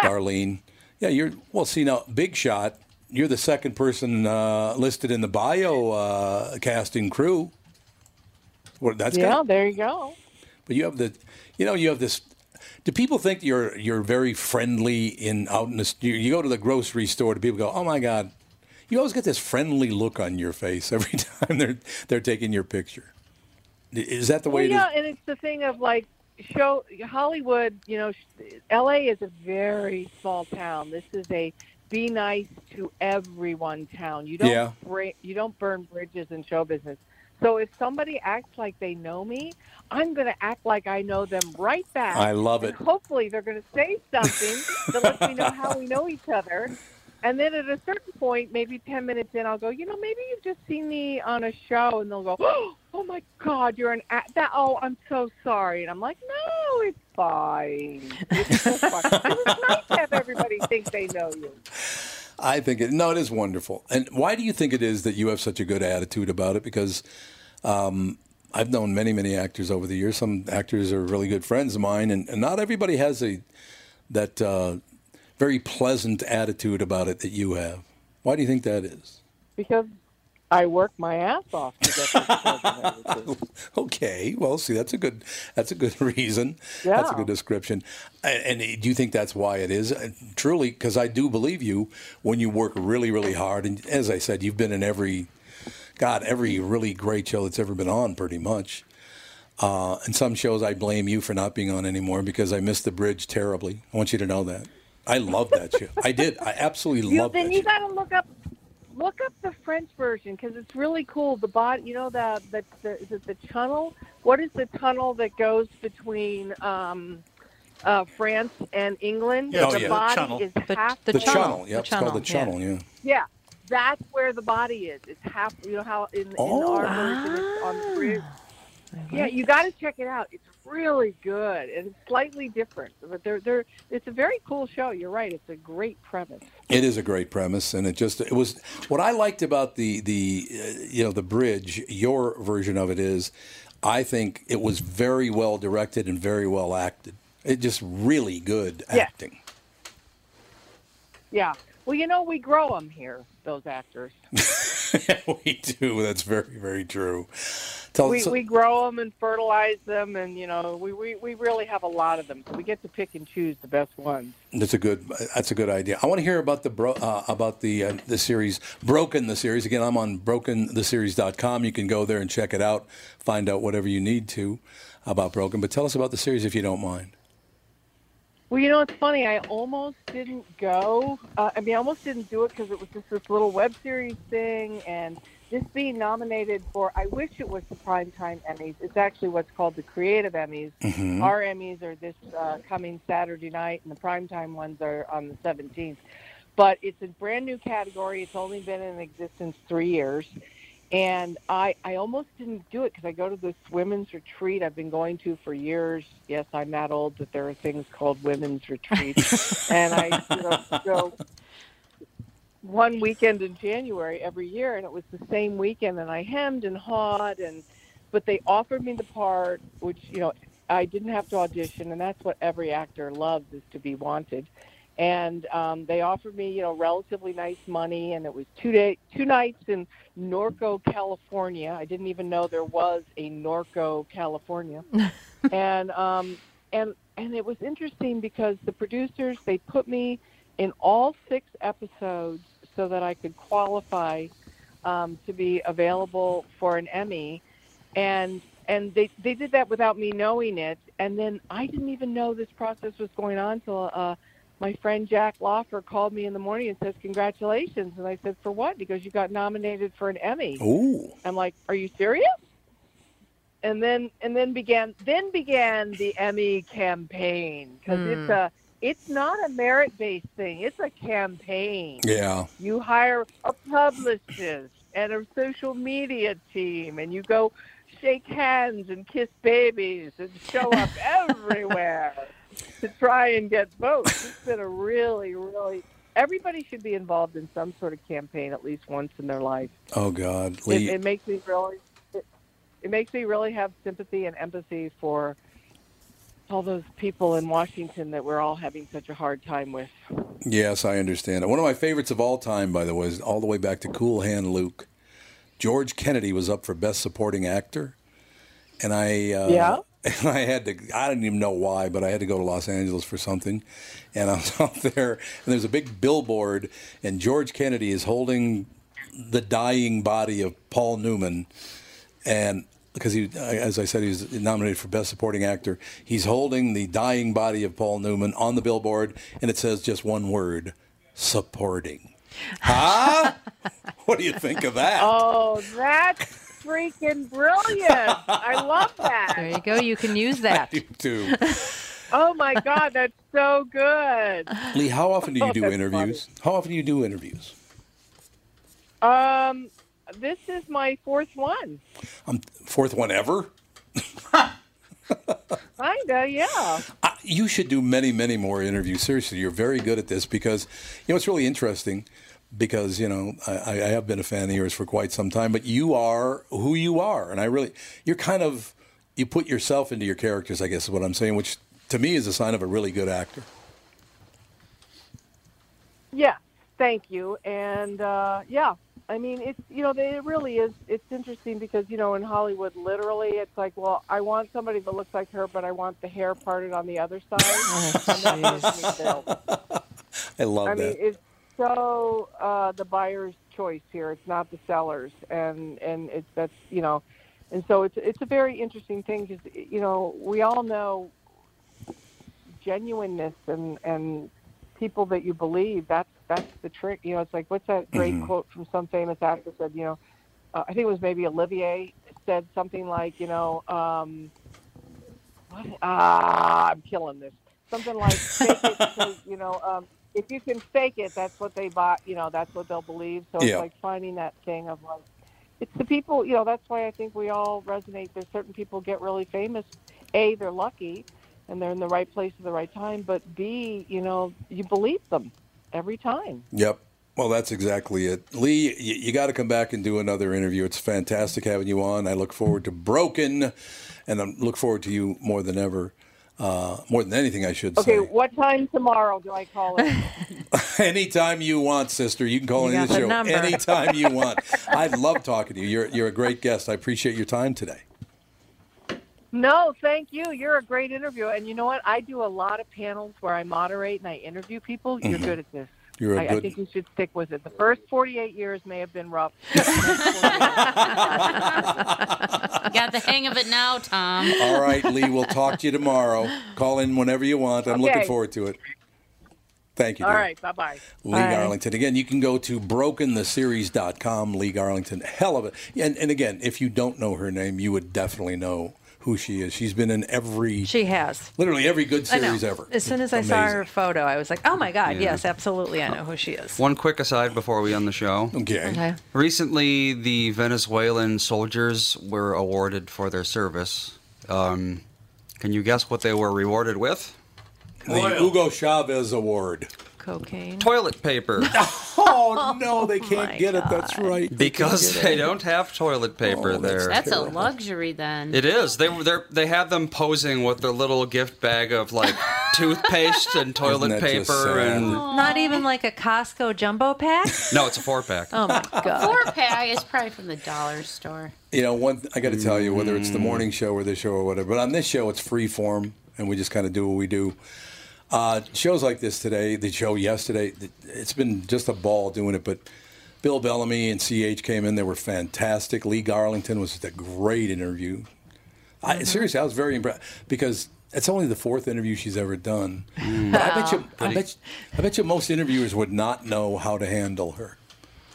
Darlene. Yeah, you're, well, see, now, Big Shot, you're the second person uh, listed in the bio uh, casting crew. Well, that's yeah, got- there you go. but you have the, you know, you have this. Do people think that you're you're very friendly in out in the? You, you go to the grocery store, do people go, "Oh my God"? You always get this friendly look on your face every time they're they're taking your picture. Is that the way well, it is? yeah, and it's the thing of like show Hollywood. You know, sh- L.A. is a very small town. This is a be nice to everyone town. You don't Yeah. bri- you don't burn bridges in show business. So if somebody acts like they know me, I'm going to act like I know them right back. I love And it. hopefully, they're going to say something that lets me know how we know each other. And then at a certain point, maybe 10 minutes in, I'll go, you know, maybe you've just seen me on a show. And they'll go, oh my God, you're an act. That, oh, I'm so sorry. And I'm like, no, it's fine. It's so fine. it's nice to have everybody think they know you. I think it. No, it is wonderful. And why do you think it is that you have such a good attitude about it? Because um, I've known many, many actors over the years. Some actors are really good friends of mine, and, and not everybody has a that uh, very pleasant attitude about it that you have. Why do you think that is? Because I work my ass off to get this program. okay, well, see, that's a good that's a good reason. That's a Yeah. good description. And, and do you think that's why it is? Uh, Truly, because I do believe you when you work really, really hard. And as I said, you've been in every, God, every really great show that's ever been on, pretty much. Uh, and some shows I blame you for not being on anymore because I missed the bridge terribly. I want you to know that. I love that show. I did. I absolutely You, love then that. you got to look up look up the French version because it's really cool. The bot, you know, the, the the is it the tunnel? What is the tunnel that goes between um, uh, France and England? Yeah, the oh, yeah. body Tunnel. is half The channel. Yeah, it's called the channel. Yeah. Yeah, that's where the body is. It's half. You know how in, Oh. in our version it's on the bridge. Yeah, you got to check it out. It's really good and it's slightly different, but they're they're. It's a very cool show. You're right. It's a great premise. It is a great premise, and it just it was what I liked about the the uh, you know the bridge. Your version of it is, I think it was very well directed and very well acted. It just really good Yeah. acting. Yeah. Well, you know, we grow them here, those actors. we do. That's very very true. Tell we, so- we grow them and fertilize them, and, you know, we, we, we really have a lot of them. So we get to pick and choose the best ones. That's a good. That's a good idea. I want to hear about the bro, uh, about the uh, the series Broken the series again. I'm on brokentheseries.com. You can go there and check it out. Find out whatever you need to about Broken. But tell us about the series if you don't mind. Well, you know, it's funny. I almost didn't go. Uh, I mean, I almost didn't do it because it was just this little web series thing, and this being nominated for, I wish it was the Primetime Emmys. It's actually what's called the Creative Emmys. Mhm. Our Emmys are this uh, coming Saturday night, and the Primetime ones are on the 17th. But it's a brand new category. It's only been in existence three years. And I, I almost didn't do it because I go to this women's retreat I've been going to for years. Yes, I'm that old that there are things called women's retreats. and I you know, go one weekend in January every year, and it was the same weekend, and I hemmed and hawed, and but they offered me the part, which you know I didn't have to audition, and that's what every actor loves is to be wanted. And um, they offered me, you know, relatively nice money, and it was two day, two nights in Norco, California. I didn't even know there was a Norco, California, and um, and and it was interesting because the producers they put me in all six episodes so that I could qualify um, to be available for an Emmy, and and they they did that without me knowing it, and then I didn't even know this process was going on till uh, my friend Jack Loffer called me in the morning and says congratulations, and I said for what? And he goes you got nominated for an Emmy. Ooh. I'm like, are you serious? And then and then began then began the Emmy campaign because Hmm. it's a it's not a merit based thing. It's a campaign. Yeah. You hire a publicist and a social media team, and you go shake hands and kiss babies and show up everywhere to try and get votes. It's been a really, really. Everybody should be involved in some sort of campaign at least once in their life. Oh God, It, Lee. it makes me really. It, it makes me really have sympathy and empathy for all those people in Washington that we're all having such a hard time with. Yes, I understand it. One of my favorites of all time, by the way, is all the way back to Cool Hand Luke. George Kennedy was up for Best Supporting Actor, and I uh, Yeah? and I had to I didn't even know why, but I had to go to Los Angeles for something, and I was out there, and there's a big billboard, and George Kennedy is holding the dying body of Paul Newman, and because he, as I said, he was nominated for Best Supporting Actor. He's holding the dying body of Paul Newman on the billboard, and it says just one word: supporting. Huh? what do you think of that? Oh, that's freaking brilliant! I love that. There you go. You can use that. You too. Oh my God, that's so good. Lee, how often do you do Oh, That's interviews? How often do you do interviews? Um, this is my fourth one. Fourth one ever. Kinda, yeah. You should do many, many more interviews. Seriously, you're very good at this because, you know, it's really interesting because, you know, I, I I have been a fan of yours for quite some time, but you are who you are. And I really, you're kind of, you put yourself into your characters, I guess is what I'm saying, which to me is a sign of a really good actor. Yeah, thank you. And uh, yeah, I mean, it's you know, they- it really is. It's interesting because you know, in Hollywood, literally, it's like, well, I want somebody that looks like her, but I want the hair parted on the other side. And that doesn't make sense. I love I that. mean, it's so uh, the buyer's choice here. It's not the seller's, and and it's that's you know, and so it's it's a very interesting thing because you know we all know genuineness and and people that you believe. That's that's the trick. You know, it's like what's that great Mhm. quote from some famous actor said? You know, uh, I think it was maybe Olivier said something like you know. Um, what? Ah, I'm killing this. Something like fake it, because, you know, um, if you can fake it, that's what they buy. You know, that's what they'll believe. So it's Yeah. like finding that thing of like, it's the people. You know, that's why I think we all resonate. There's certain people get really famous. A, they're lucky, and they're in the right place at the right time. But B, you know, you believe them every time. Yep. Well, that's exactly it. Lee, you, you got to come back and do another interview. It's fantastic having you on. I look forward to Broken, and I look forward to you more than ever. Uh, more than anything, I should Okay, say. what time tomorrow do I call it? anytime you want, sister, you can call You in got the the show number. anytime you want. I love talking to you. You're you're a great guest. I appreciate your time today. No, thank you. You're a great interview. And you know what? I do a lot of panels where I moderate and I interview people. You're Mhm. good at this. You're a I, I good- think you should stick with it. The first 48 years may have been rough. Got the hang of it now, Um. Tom. All right, Lee, we'll talk to you tomorrow. Call in whenever you want. I'm looking Okay. forward to it. Thank you. All dear. right. Bye bye. Lee Arlington. Again, you can go to brokentheseries.com, Lee Arlington. Hell of it. And, and again, if you don't know her name, you would definitely know who she is. She's been in every, She has. literally every good I know. series ever. As soon as I saw her photo, I was like, oh my God, yes, absolutely. I know who she is. One quick aside before we end the show. Okay. Okay. Recently, the Venezuelan soldiers were awarded for their service. Um, can you guess what they were rewarded with? The Hugo Chavez Award. Cocaine. Toilet paper. Oh, no, they can't get it. That's right. They because can't get they it. don't have toilet paper there. That's a luxury then. It is. They were they they had them posing with their little gift bag of like toothpaste and toilet Isn't that just paper sad? and Not even like a Costco jumbo pack? no, it's a four pack. Oh my God. Four pack is probably from the dollar store. You know, one I got to tell you, whether it's the morning show or this show or whatever, but on this show, it's free form, and we just kind of do what we do. Uh, shows like this today, the show yesterday, th- it's been just a ball doing it. But Bill Bellamy and CH came in; they were fantastic. Lee Garlington was just a great interview. I, seriously, I was very impressed because it's only the fourth interview she's ever done. But I bet you, I Wow. bet, you- I bet you, most interviewers would not know how to handle her.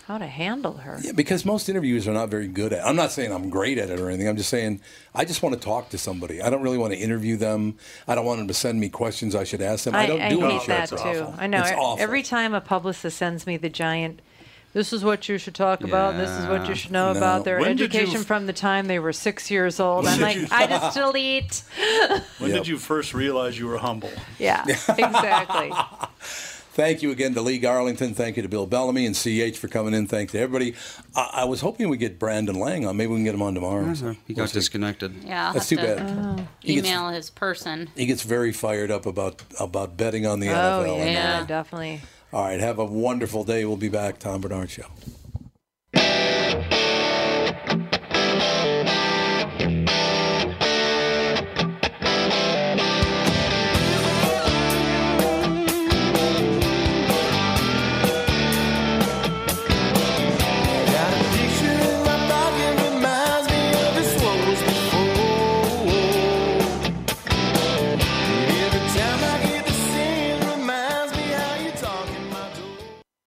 How to handle her. Yeah, because most interviews are not very good at. I'm not saying I'm great at it or anything. I'm just saying I just want to talk to somebody. I don't really want to interview them. I don't want them to send me questions I should ask them. I, don't do hate any that shows. too. I know. It's E- awful. Every time a publicist sends me the giant This is what you should talk about. This is what you should know Yeah. about their No. When did you education f- from the time they were six years old. When I'm did like, you- I just delete. When did you first realize you were humble? Yeah, exactly. Thank you again to Lee Garlington. Thank you to Bill Bellamy and CH for coming in. Thanks to everybody. I, I was hoping we'd get Brandon Lang on. Maybe we can get him on tomorrow. Uh-huh. He got disconnected. Yeah, I'll That's too have to bad. Oh. He gets- email his person. He gets very fired up about about betting on the oh NFL. yeah, definitely. All right. Have a wonderful day. We'll be back. Tom Bernard Show.